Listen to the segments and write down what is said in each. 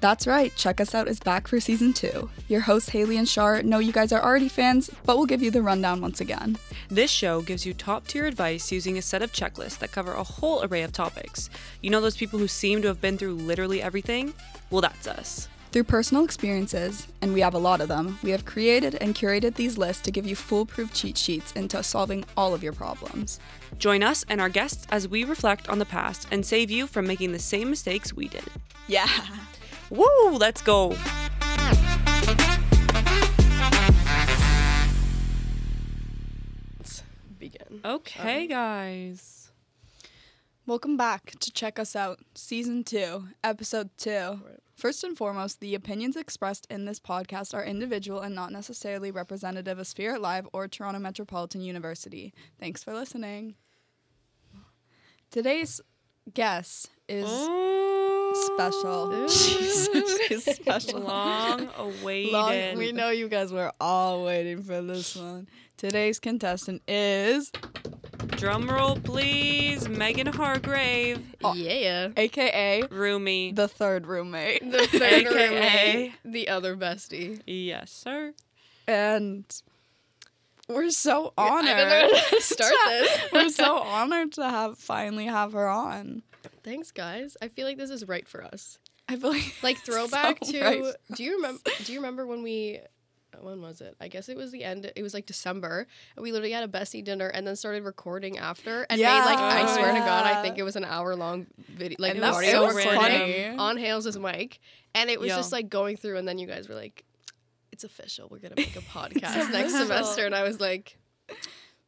That's right, Check Us Out is back for season two. Your hosts, Haley and Shar, know you guys are already fans, but we'll give you the rundown once again. This show gives you top tier advice using a set of checklists that cover a whole array of topics. You know those people who seem to have been through literally everything? Well, that's us. Through personal experiences, and we have a lot of them, we have created and curated these lists to give you foolproof cheat sheets into solving all of your problems. Join us and our guests as we reflect on the past and save you from making the same mistakes we did. Yeah. Woo, let's go. begin. Okay, Um, guys. Welcome back to Check Us Out, Season 2, Episode 2. First and foremost, the opinions expressed in this podcast are individual and not necessarily representative of Spirit Live or Toronto Metropolitan University. Thanks for listening. Today's guest is special. Jesus, she's special. Long awaited. Long, we know you guys were all waiting for this one. Today's contestant is Drum roll, please. Megan Hargrave, Oh. Yeah. aka Roomy. the third roommate. The third AKA. roommate, the other bestie. yes, sir. and we're so I honored. don't know how to start this. we're so honored to have finally have her on. Thanks, guys. I feel like this is right for us. I feel like Like so throwback to. right. Do you remember? Do you remember when we? When was it? I guess it was the end. It was like December, and we literally had a bestie dinner, and then started recording after, and made like I Yeah. swear to God, Yeah. I think it was an hour long video, like And we that were was so recording funny. on Hales' mic, and it was Yeah. just like going through, and then you guys were like, "It's official, we're gonna make a podcast next official. semester," and I was like,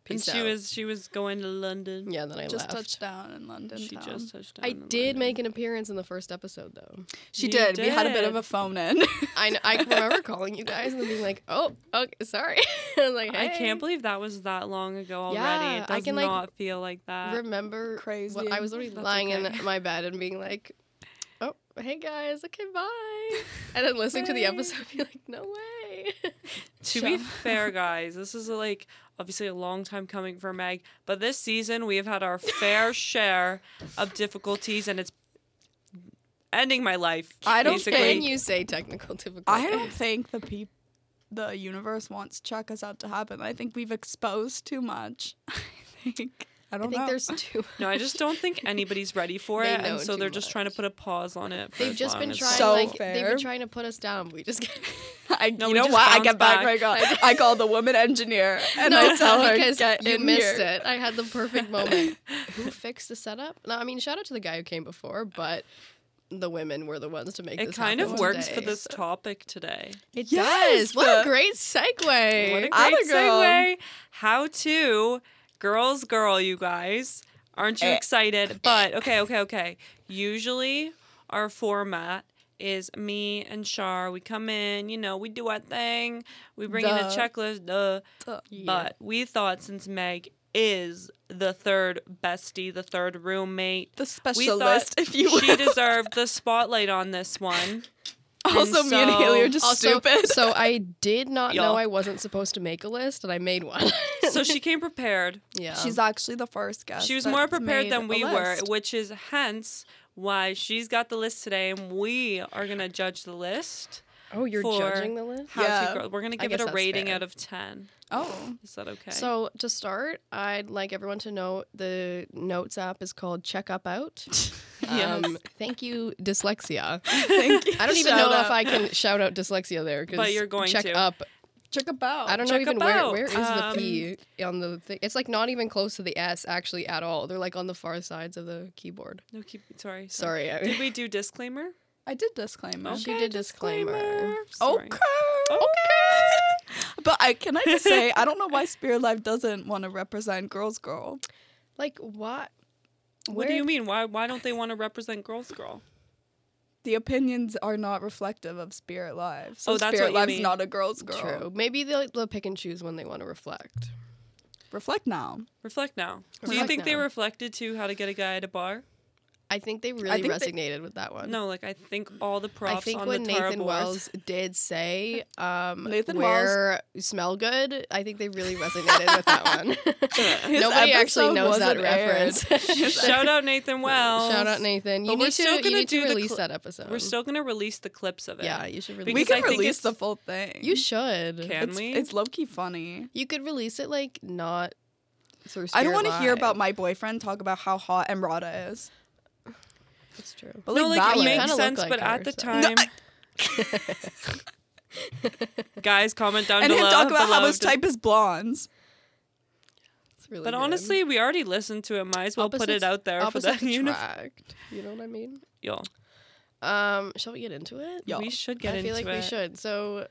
"Peace and she out." was she was going to London. Yeah, then I just left. touched down in London. She town. just touched down. I in did London. make an appearance in the first episode, though. She You did. We had a bit of did. a phone in. I kn- I remember calling you guys and then being like, "Oh, okay, sorry." I was like, I can't "Hey." believe that was that long ago already. Yeah, it does I can, like, not feel like that. remember Crazy. what- I was literally That's lying okay. in my bed and being like, "Oh, hey guys, okay, bye," and then listening to the Bye. episode, and be like, "No way." to be Shut up. fair, guys, this is like obviously a long time coming for Meg, but this season we have had our fair share of difficulties, and it's ending my life. I don't basically. Can think- you say technical difficulties? I don't think the peop the universe wants check us out to happen. I think we've exposed too much. I think I I don't think know. there's two. No, I just don't think anybody's ready for They it, and know so too they're just trying to much. put a pause on it. for They've as just long been as- trying, So like they've fair. been trying to put us down. We just I, No, you we know just what? I bounced get back, back. my God. I call the woman engineer and I No, tell her because get you in missed here." it. I had the perfect moment. Who fixed the setup? No, I mean shout out to the guy who came before, but the women were the ones to make It this kind happen of works for today. this topic today. It Yes, does. What the- a great segue. What a Other great girl. segue. How to girls girl, you guys. Aren't you Eh. excited? But okay, okay, okay. Usually our format is me and Char. We come in, you know, we do our thing. We bring in a Duh. checklist. Duh. Yeah. But we thought since Meg is the third bestie, the third roommate, The we thought specialist, if you will. she deserved the spotlight on this one. also, and me and Haley so- are just also, stupid. so I did not Y'all. know I wasn't supposed to make a list, and I made one. So she came prepared. yeah, She's actually the first guest. She was that's more prepared made than a we were, list. which is hence why she's got the list today, and we are gonna judge the list. oh, you're for- judging the list. How Yeah. to grow. We're gonna I give guess it a that's rating fair. out of ten. Oh, Is that okay? So to start, I'd like everyone to know the notes app is called Check Up Out. Yes. Um, thank you, dyslexia. thank you. I don't even Shout know out. if I can shout out dyslexia there. 'cause uh, But you're going check to. Oh, up. check about. I don't know check even up where out. where is Um, the P on the thing. It's like not even close to the S actually at all. They're like on the far sides of the keyboard. no, keep sorry. Sorry. Did I, we do disclaimer? I did disclaimer. Okay, she did disclaimer. Oh, Oh, Sorry. Okay. But I can I just say I don't know why Spirit Live doesn't want to represent Girls Girl. Like what? What do you mean? Why why don't they want to represent girls girl? The opinions are not reflective of Spirit Live. So Oh, that's Spirit what you Live's mean. not a Girls Girl. True. Maybe they'll, they'll pick and choose when they want to reflect. Reflect now. Reflect now. do you Reflect think they now. reflected to how to get a guy at a bar? I think they really think they- resonated with that one. No, like I think all the props I think on when the Tara Nathan boards- Wells did say um, Nathan where smell good, I think they really resonated with that one. His Nobody actually episode knows that wasn't aired. reference. Shout out Nathan Wells. Shout out Nathan. You But we're need to, still you gonna need to do the release cl- that episode. We're still gonna release the clips of it. yeah, you should release We Because I could think release the it's- full thing. You should. Can it's, we? It's low key funny. You could release it like not through I don't want to hear about my boyfriend talk about how hot Emrata is. That's true. But no, like, like that it way- Valor. Kinda makes look sense, like but her, at the so- time, No, guys, comment down and below. him talk about how below his to- type is blondes. It's really But good. honestly, we already listened to it. Might as well put it Opposites- out there for opposites that unif- attract. You know what I mean? Y'all, Um, shall we get into it? Y'all. we should get I into feel like it. we should. So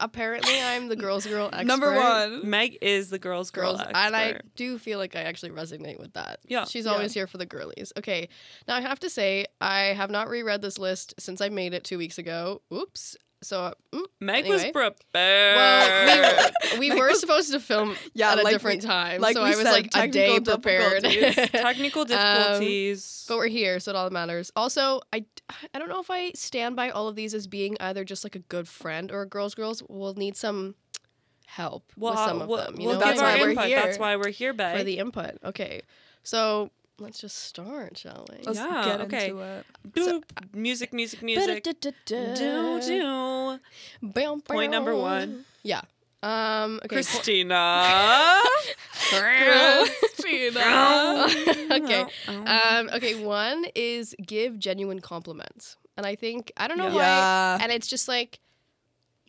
apparently, I'm the girls' girl expert. Mm-hmm. Number one. Meg is the girls' girl, Girls, and I expert. do feel like I actually resonate with that. Yeah. she's Yeah. always here for the girlies. Okay, now I have to say I have not reread this list since I made it two weeks ago. Oops. So mm, Meg was anyway. prepared. well, we, we Like were was- supposed to film Yeah, at a like different we- time, like so we I was said, like a day technical prepared. difficulties. Um, Technical difficulties. But we're here, so it all matters. Also, I, I don't know if I stand by all of these as being either just like a good friend or a girls' girls. We'll need some help with uh, some of we'll, them. You we'll know, give That's our why we're input. here. That's why we're here, Bay. for the input. Okay, so let's just start, shall we? Let's Yeah, get okay. into it. do uh, music, music, music. Do Ba-da-da-da-da. do. Bam, Point number bam. one. Yeah. Um. Okay. po- Christina. Christina. okay. Um. Okay. One is give genuine compliments, and I think I don't know why. Yeah. And it's just like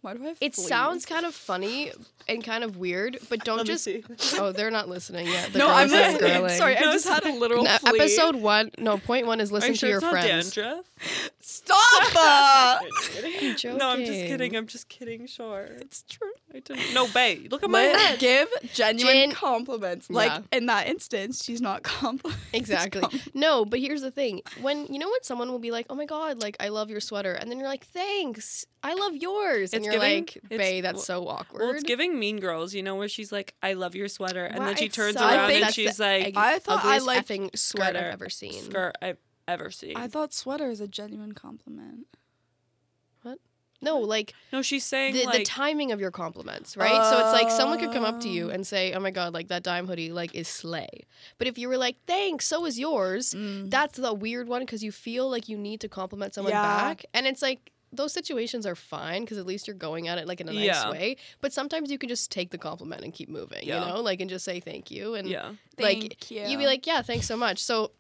Why do I have It fleas? sounds kind of funny and kind of weird, but don't just. Oh, they're not listening yet. The No, girls I'm are listening. girling. Sorry, I No, just had a literal No, flea. episode one. No, point one is Are listen you to sure your it's not friends. dandruff? Stop! uh, No, I'm just joking. kidding. I'm just kidding. Sure. it's true. I didn't. No, Bay. Look at my Let- head. give genuine Gen- compliments. Like Yeah. in that instance, she's not compliment. Exactly. No, but here's the thing: when you know when someone will be like, "Oh my god, like I love your sweater," and then you're like, "Thanks, I love yours," It's and you're giving- like, it's- "Bae, that's so awkward." Well, it's giving Mean Girls, you know, where she's like, "I love your sweater," and Wow, then she it's turns so- I around think and that's the she's like, egg- I thought I Ugliest liked effing sweat sweater- I've ever seen. "Skirt I've ever seen." I thought sweater is a genuine compliment. No, like no, she's saying the, like, the timing of your compliments, right? so it's like someone could come up to you and say, "Oh my god, like that dime hoodie like is slay," but if you were like, "Thanks, so is yours," that's the weird one because you feel like you need to compliment someone Yeah. back, and it's like those situations are fine because at least you're going at it like in a nice Yeah. way. But sometimes you can just take the compliment and keep moving, Yeah. you know, like and just say thank you and yeah, like Thank you. you. would be like, "Yeah, thanks so much." So.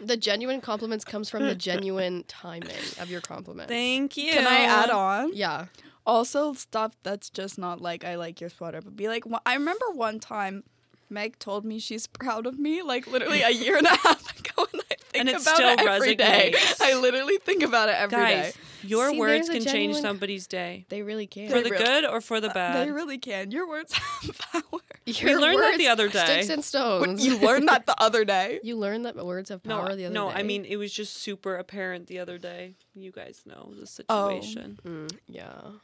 The genuine compliments comes from the genuine timing of your compliments. thank you. Can I add on? yeah. Also, stuff that's just not like I like your sweater, but be like. wh- I remember one time, Meg told me she's proud of me, like literally a year and a half ago, and I think And it about it still every day. resonates. I literally think about it every day. guys? Your See, words there's a can change genuine- somebody's day They really can. for They the really- good or for the bad. They really can. Your words have power. Your learned that the words- other day. Sticks and stones. You learned that the other day. You learned that words have no, power the other no, day. I mean it was just super apparent the other day. You guys know the situation. Mm, yeah.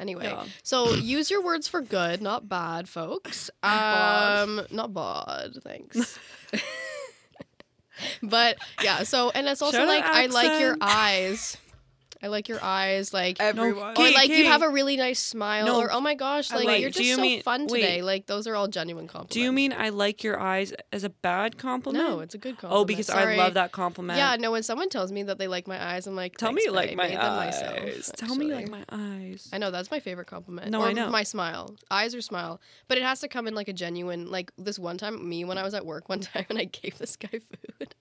Anyway, Yeah. so use your words for good, not bad, folks. Um, not bad, thanks. but yeah, so and it's also Shout out like I like your accent. eyes. I like your eyes, like Everyone. or Kate, like you Kate. have a really nice smile, No, or oh my gosh, I like like- you're do just you so mean- fun wait. today. Like those are all genuine compliments. Do you mean I like your eyes as a bad compliment? no? It's a good compliment. Oh, because I Sorry. love that compliment. Yeah, no, when someone tells me that they like my eyes, I'm like, Tell me "Thanks, you like babe, my made them eyes. myself, Tell me you like actually." my eyes. I know that's my favorite compliment. No, or I know. my smile, eyes or smile, but it has to come in like a genuine. Like this one time, me when I was at work one time, and I gave this guy food,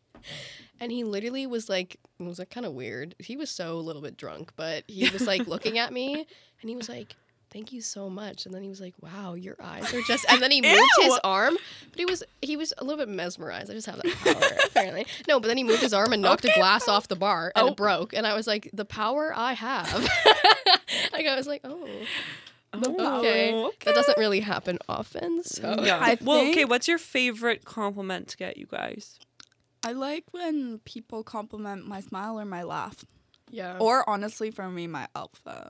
and he literally was like, it was like kind of weird. He was so a little bit drunk, but he was like looking at me, and he was like. Thank you so much. And then he was like, "Wow, your eyes are just." And then he moved his Ew. arm, but he was he was a little bit mesmerized. I just have that power apparently. No, but then he moved his arm and knocked a glass off the bar, and Oh. it broke. And I was like, "The power I have." like I was like, "Oh, Oh, okay. That doesn't really happen often, so Yeah. I well, okay. think- What's your favorite compliment to get you guys? I like when people compliment my smile or my laugh, yeah. or honestly, for me, my outfit.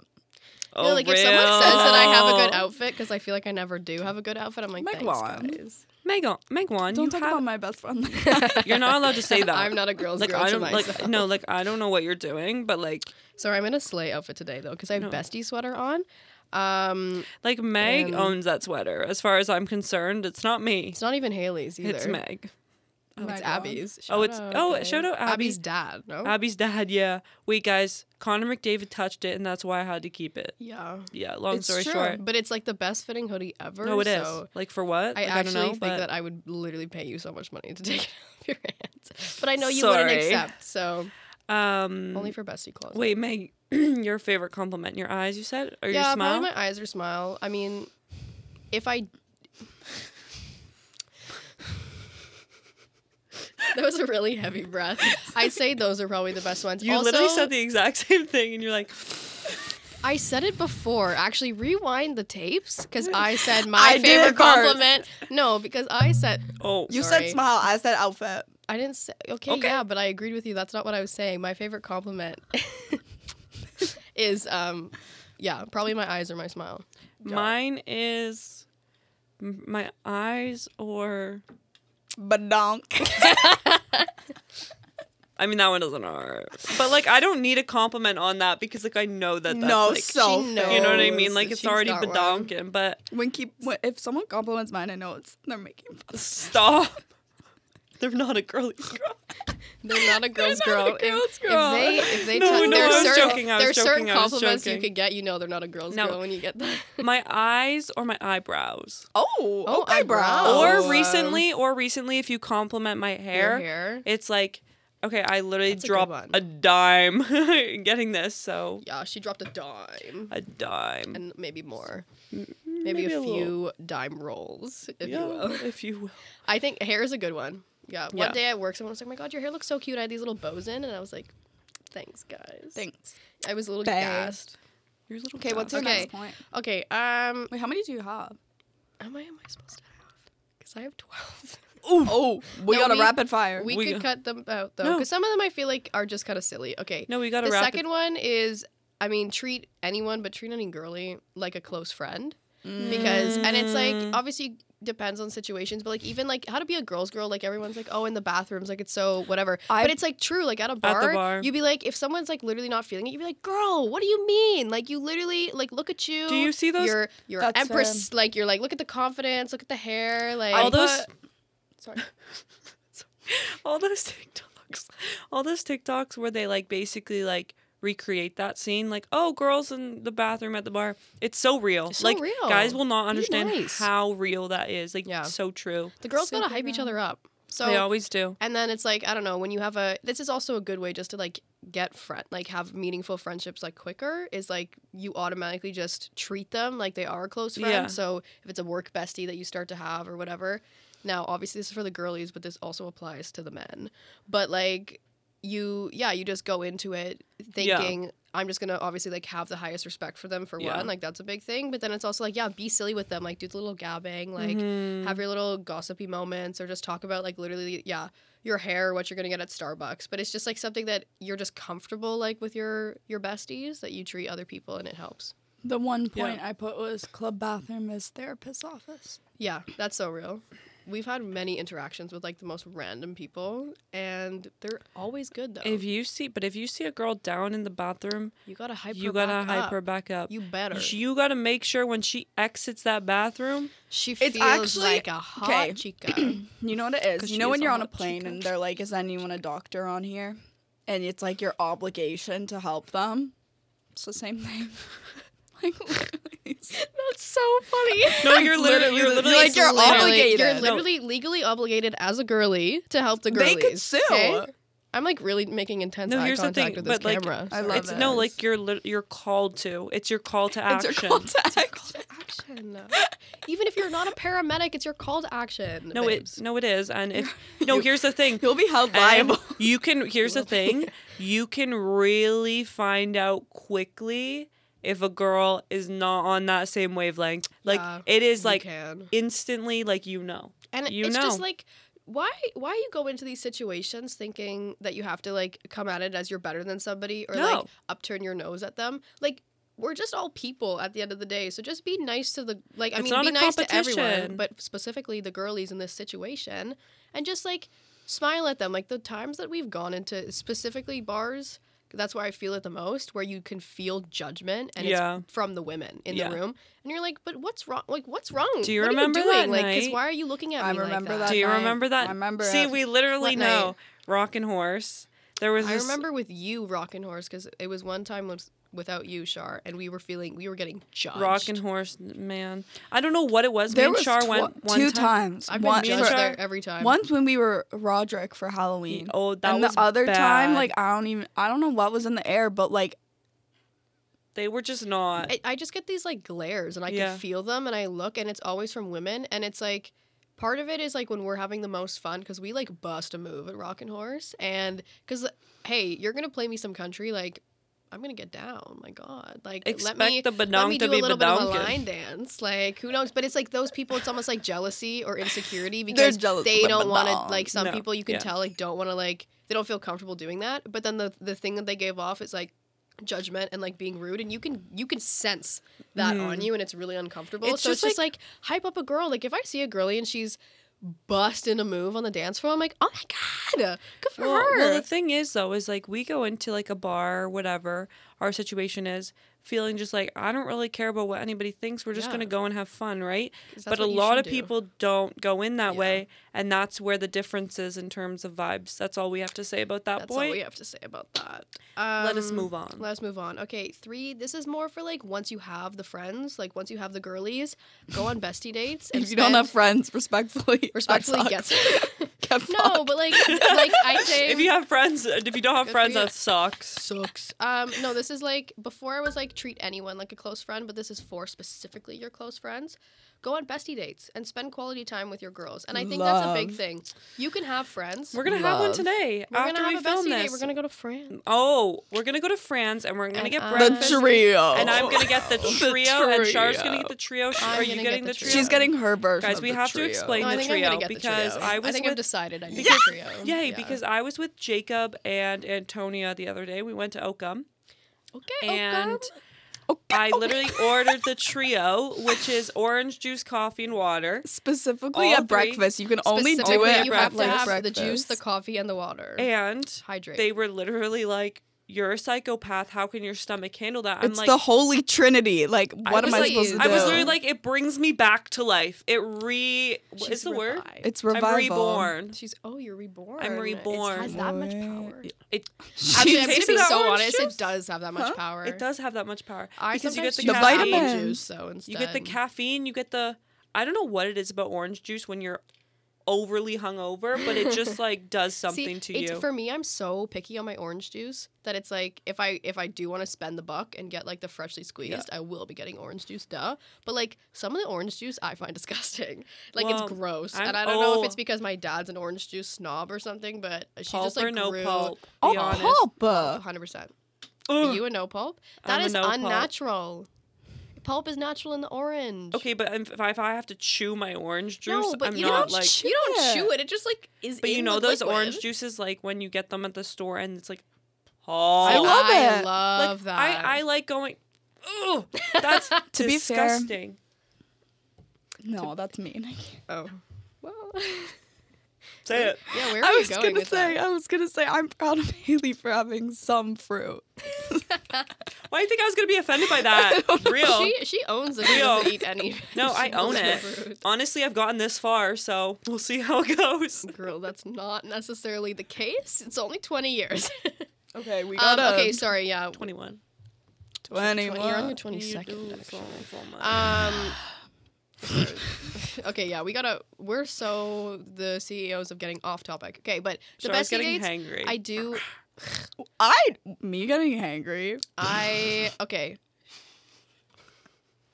Oh, You know, like if someone says that I have a good outfit, because I feel like I never do have a good outfit. I'm like, Meg thanks, Wan. guys. Megan, Megwan, Don't you talk have, about my best friend. like that. you're not allowed to say that. I'm not a girl's like girl I to don't myself. like no like I don't know what you're doing, but like So I'm in a sleigh outfit today though because I have No. bestie sweater on. Um, like Meg Um, owns that sweater. As far as I'm concerned, it's not me. it's not even Haley's either. It's Meg. Oh, Meg it's Wan. Abby's. Oh, it's- oh, babe. shout out Abby. Abby's dad. No. Abby's dad. Yeah. Wait, guys. Connor McDavid touched it, and that's why I had to keep it. yeah. Yeah. Long it's story true, short. but it's like the best fitting hoodie ever. No, it is. so Like for what? I Like, actually don't know, think but that I would literally pay you so much money to take it off your hands, but I know you wouldn't Sorry. accept. So um. only for bestie clothes. wait, Meg. your favorite compliment? Your eyes? You said or yeah, your smile? probably my eyes or smile. I mean, if I. that was a really heavy breath. I'd say those are probably the best ones. you also, literally said the exact same thing, and you're like, I said it before. Actually, rewind the tapes because I said my I did first. favorite compliment. No, because I said oh, you Sorry. said smile. I said outfit. I didn't say. Okay, Okay. yeah, but I agreed with you. That's not what I was saying. My favorite compliment is, um, yeah, probably my eyes or my smile. mine is m- my eyes or Badonk. I mean that one doesn't hurt, but like I don't need a compliment on that because like I know that that's no like, self. knows. you know what I knows mean. Like that it's she's already got one. bedonkin, but When keep when, if someone compliments mine, I know it's they're making fun. stop. They're not a girly girl. They're not a girl's They're girl. not a If- girl's If girl. they, if they, No, touch- no, I there's was certain, joking, I was there's joking, certain I was compliments you joking. could get. You know, they're not a girl's No. girl when you get that. my eyes or my eyebrows. Oh, Oh, okay, bro. eyebrow. or Oh, um, recently, or recently, if you compliment my Your hair, hair. it's like, okay, I literally That's a good drop one. a, dime getting this, so Yeah, she dropped a dime a dime, and maybe more. Maybe, a, Mm-hmm. little- few dime rolls, if Yeah, you will. if you will. I think hair is a good one. Yeah. One Yeah. day at work, someone was like, "My God, your hair looks so cute." I had these little bows in, and I was like, "Thanks, guys." Thanks. I was a little Thanks. gassed. Your little Okay, what's dime. your Okay. next point? Okay. Um. Wait, how many do you have? Am I am I supposed to have? Because I have twelve. Oh, we No, got a we- rapid fire. We, We could go- cut them out though, No. because some of them I feel like are just kind of silly. Okay. No, we got The to wrap. second one is, I mean, treat anyone, but treat any girly like a close friend, Mm. because and it's like Mm. obviously depends on situations, but like even like how to be a girl's girl, like everyone's like, oh, in the bathrooms, like it's so whatever, I- but it's like true, like at a the bar, bar. you'd be like, if someone's like literally not feeling it, you'd be like, girl, what do you mean? Like you literally like look at you. Do you see those- You're you're That's, empress. Like you're like look at the confidence, look at the hair, like all those Sorry. all those TikToks, all those TikToks where they like basically like recreate that scene, like oh, girls in the bathroom at the bar. It's so real. It's so like real. guys will not Be understand nice. how real that is. Like Yeah. so true. the girls gotta Super hype each real. other up. So they always do. And then it's like, I don't know, when you have a this is also a good way just to like get friend like have meaningful friendships like quicker is like you automatically just treat them like they are a close friend. Yeah. So if it's a work bestie that you start to have or whatever. Now obviously this is for the girlies, but this also applies to the men. But like you yeah, you just go into it Yeah. thinking I'm just gonna obviously like have the highest respect for them for Yeah. one. Like that's a big thing. But then it's also like, yeah, be silly with them. Like do the little gabbing, like Mhm. have your little gossipy moments or just talk about like literally yeah your hair what you're gonna get at starbucks but it's just like something that you're just comfortable like with your your besties that you treat other people and it helps The one Yeah. point I put was club bathroom is therapist's office. yeah that's so real we've had many interactions with like the most random people and they're always good though if you see, but if you see a girl down in the bathroom, you gotta hype you her gotta back hype up. her back up. you better She- she, You gotta make sure when she exits that bathroom, feels actually- like a hot okay. chica You know what it is? 'Cause You she know is when a you're on a hot plane chica. and they're like, is anyone a doctor on here? And it's like your obligation to help them. It's the same thing. like, literally. that's so funny no, you're literally, you're Literally, literally like, you're literally- obligated. You're No. literally legally obligated as a girly to help the girlies. They could sue. I'm like really making intense No, eye here's the contact thing, with this but, like, camera. I love it's no it. like you're lit you're called to. It's your call to it's action. your call to action. action. Even if you're not a paramedic, it's your call to action. No, babes. it's no, it is. And if no, here's the thing. You'll be held And liable. You can. Here's the will be. thing. You can really find out quickly if a girl is not on that same wavelength. Like Yeah, it is You like can. instantly. Like you know. and you it's just know. like why why you go into these situations thinking that you have to like come at it as you're better than somebody or like No. upturn your nose at them like we're just all people at the end of the day. So just be nice to the like. I It's mean, not be a nice to everyone, competition. but specifically the girlies in this situation, and just like smile at them. Like the times that we've gone into specifically bars, that's where I feel it the most, where you can feel judgment and Yeah. it's from the women in Yeah. the room, and you're like, but what's wrong? Like what's wrong? Do you What are remember doing? that Like, 'cause night? why are you looking at I me remember like that? that. Do you night. remember that? I remember See, it. we literally What know. Rockin' Horse. There was I this. remember with you rocking horse because it was one time was without you, Char, and we were feeling we were getting judged. Rockin' Horse, man. I don't know what it was. There me was and Char twi- went one two time. times. I've been one, judged for- Char- there every time. once when we were Roderick for Halloween. Oh, that and was the other time, bad. like I don't even I don't know what was in the air, but like they were just not. I, I just get these like glares and I Yeah. can feel them and I look and it's always from women and it's like part of it is like when we're having the most fun because we like bust a move at Rockin' Horse and because hey you're gonna play me some country like I'm gonna get down my god like Expect let me the let me badonk do to a be little bit of a badonkin'. line dance like who knows but it's like those people it's almost like jealousy or insecurity They're because jealous they of the don't want badonk. to like some No, people you can yeah. tell like don't want to like they don't feel comfortable doing that but then the the thing that they gave off is like judgment and like being rude and you can you can sense that on you and it's really uncomfortable Mm-hmm. It's so just it's just like, hype up a girl like if i see a girly and she's busting a move on the dance floor i'm like oh my god good for Well, her well, the thing is though, is like we go into like a bar, or whatever our situation is, feeling just like I don't really care about what anybody thinks. We're just Yeah. gonna go and have fun, right? 'Cause that's But a what you lot should of do. people don't go in that Yeah. way, and that's where the difference is in terms of vibes. That's all we have to say about that that's all we boy. have to say about that Let us Um, move on. Let's move on. Okay, three. This is more for like once you have the friends, like once you have the girlies, go on bestie dates. And if you don't spend- have friends, respectfully, that respectfully sucks. gets Get no, fucked. but like like I say, if you have friends, uh, if you don't have Good for friends, you. that sucks. sucks. Um, no, this is like before I was like treat anyone like a close friend, but this is for specifically your close friends. Go on bestie dates and spend quality time with your girls, and I think that's a big Love. thing. You can have friends. We're gonna have one Love. today We're after gonna we have a bestie film date. this. We're gonna go to France. Oh, we're gonna go to France and we're gonna And get I- breakfast. the trio. and I'm gonna get the trio, and Char's gonna Oh. get trio. the trio. Sh- I'm Are you gonna getting get the the trio? trio. She's getting her version. Guys, of we the have to trio. explain- No, the I think I'm trio gonna get the because trio. I I was think with- I've decided I need Yeah. the trio. Yay, because I was with Jacob and Antonia the other day. We went to Oakham okay, oh, and okay. Okay. I literally ordered the trio, which is orange juice, coffee, and water. specifically All at three- breakfast. You can only do Specifically, it You at have to like have breakfast. the juice, the coffee, and the water. And Hydrate. they were literally like, You're a psychopath. How can your stomach handle that? I'm it's like, the holy trinity. Like, what am was I like- supposed to do? I was literally like, It brings me back to life. It re. What She's is the word? revived. it's revival. I'm reborn. She's oh, you're reborn. reborn. It has that much Boy. power. It, Actually, I'm She's- gonna Tasted be that so orange honest. juice? It does have that much Huh? power. it does have that much power. I because you get sometimes the, choose The caffeine, apple vitamins. juice though instead. You get the caffeine, you get the I don't know what it is about orange juice when you're overly hungover, but it just like does something See, to it's- you. For me, I'm so picky on my orange juice that it's like if I if I do want to spend the buck and get like the freshly squeezed, I will be getting orange juice, duh. But like some of the orange juice I find disgusting. Like Well, it's gross. I'm- and I don't know oh. if it's because my dad's an orange juice snob or something, but she pulp just like or no grew pulp. Be oh, honest. pulp. uh, 100%. Are Ugh. you a no pulp? I'm That a is no pulp. unnatural. Pulp. is natural in the orange. Okay, but if, if I have to chew my orange juice, No, but I'm you not don't like. chew- You don't Yeah. chew it. It just like is. but you in know the those liquid. orange juices, like when you get them at the store, and it's like, I oh, love I it. Like, love that. I, I like going. Ooh, that's To be fair- disgusting. No, that's mean. Oh. Well. Say it. yeah, where are I you was going gonna with say, that? I was gonna say, I'm proud of Haley for having some fruit. Why do you think I was gonna be offended by that? Real. She she owns it. She Real. doesn't eat any. no, I own it. vegetables or fruit. Honestly, I've gotten this far, so we'll see how it goes. Girl, that's not necessarily the case. It's only twenty years. Okay, we um, got okay, sorry. Yeah, 21. twenty. you're on your twenty second. Um. okay, yeah, we gotta. We're so the CEOs of getting off topic. Okay, but the Char's best getting dates, hangry. I do. I me getting hangry. I okay.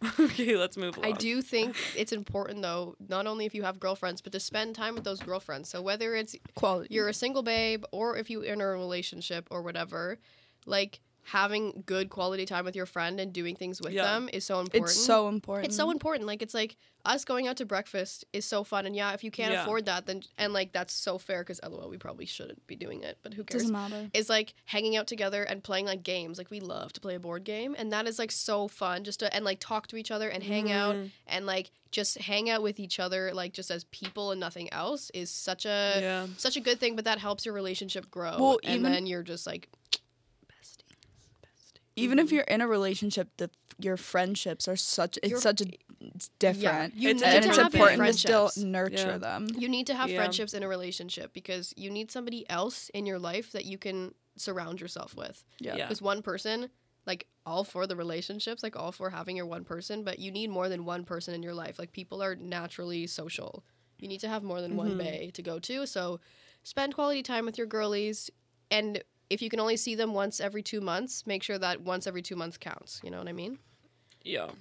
okay, let's move on. I do think it's important though, not only if you have girlfriends, but to spend time with those girlfriends. So whether it's Quality. you're a single babe or if you are in a relationship or whatever, like having good quality time with your friend and doing things with Yeah. them is so important. It's so important. It's so important. Like it's like us going out to breakfast is so fun, and yeah, if you can't Yeah. afford that, then and like that's so fair because lol, we probably shouldn't be doing it, but who cares? Doesn't matter. is like hanging out together and playing like games. Like we love to play a board game, and that is like so fun just to and like talk to each other and hang out Mm. Mhm. and like just hang out with each other like just as people and nothing else is such a yeah. such a good thing. But that helps your relationship grow, Well, and even- then you're just like bestie, bestie. Even if you're in a relationship, the, your friendships are such. It's Your- such a. It's different. you It's need a and to it's have your important to still friendships. nurture Yeah. them. You need to have Yeah. friendships in a relationship because you need somebody else in your life that you can surround yourself with. Yeah. Yeah. Because one person, like all for the relationships, like all for having your one person, but you need more than one person in your life. Like people are naturally social. You need to have more than one Mm-hmm. Mhm. bay to go to. So spend quality time with your girlies. And if you can only see them once every two months, make sure that once every two months counts. You know what I mean? Yeah. Yeah.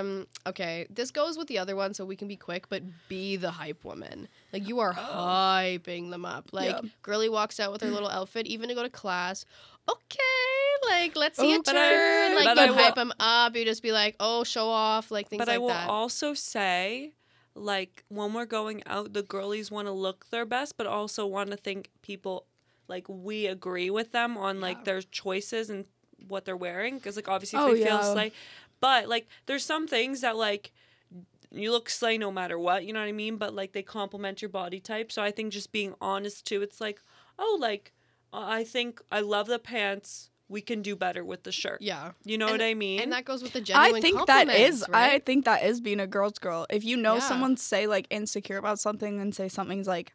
Um, okay. This goes with the other one, so we can be quick, but be the hype woman. Like you are Oh. hyping them up. Like Yeah. girly walks out with her little outfit, even to go to class. Okay, like let's see a But I- turn. like but I you will- hype them up. You just be like, oh, show off, like things But like I will that. also say, like, when we're going out, the girlies want to look their best, but also want to think people, like, we agree with them on, like, Yeah. their choices and what they're wearing. Because, like, obviously, Oh, if they feel yeah. slay. But, like, there's some things that, like, you look slay no matter what, you know what I mean? But, like, they complement your body type. So I think just being honest, too, it's like, oh, like, I think I love the pants. We can do better with the shirt. yeah, You know what I mean? and that goes with the genuine. I think that is. compliments, right? I think that is being a girl's girl. If you know Yeah. someone say like insecure about something and say something's like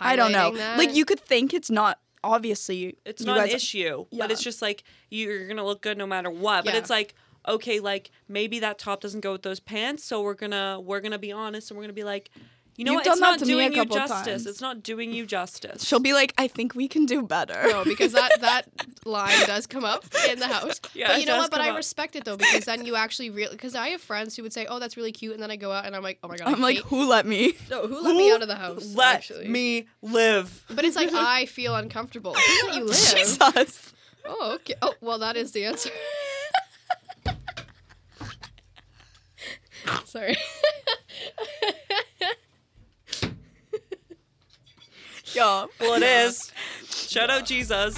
I don't know, Highlighting that. like you could think it's not obviously. it's you not guys- an issue, Yeah. but it's just like you're gonna look good no matter what. But Yeah. it's like okay, like maybe that top doesn't go with those pants, so we're gonna we're gonna be honest and we're gonna be like, you know You've what, done it's that not to me a doing you couple of justice. times. It's not doing you justice. She'll be like, I think we can do better. No, because that that line does come up in the house. Yeah, but it you know does what? But come I up. respect it though because then you actually really because I have friends who would say, "Oh, that's really cute," and then I go out and I'm like, "Oh my god!" I I'm like, hate- who let me? "No, who let me out of the house?" Let actually. me live. But it's like I feel uncomfortable. Who let you live? Jesus. Oh, okay. Oh, well, that is the answer. Sorry. Yo. Well, it is. Shout out Jesus.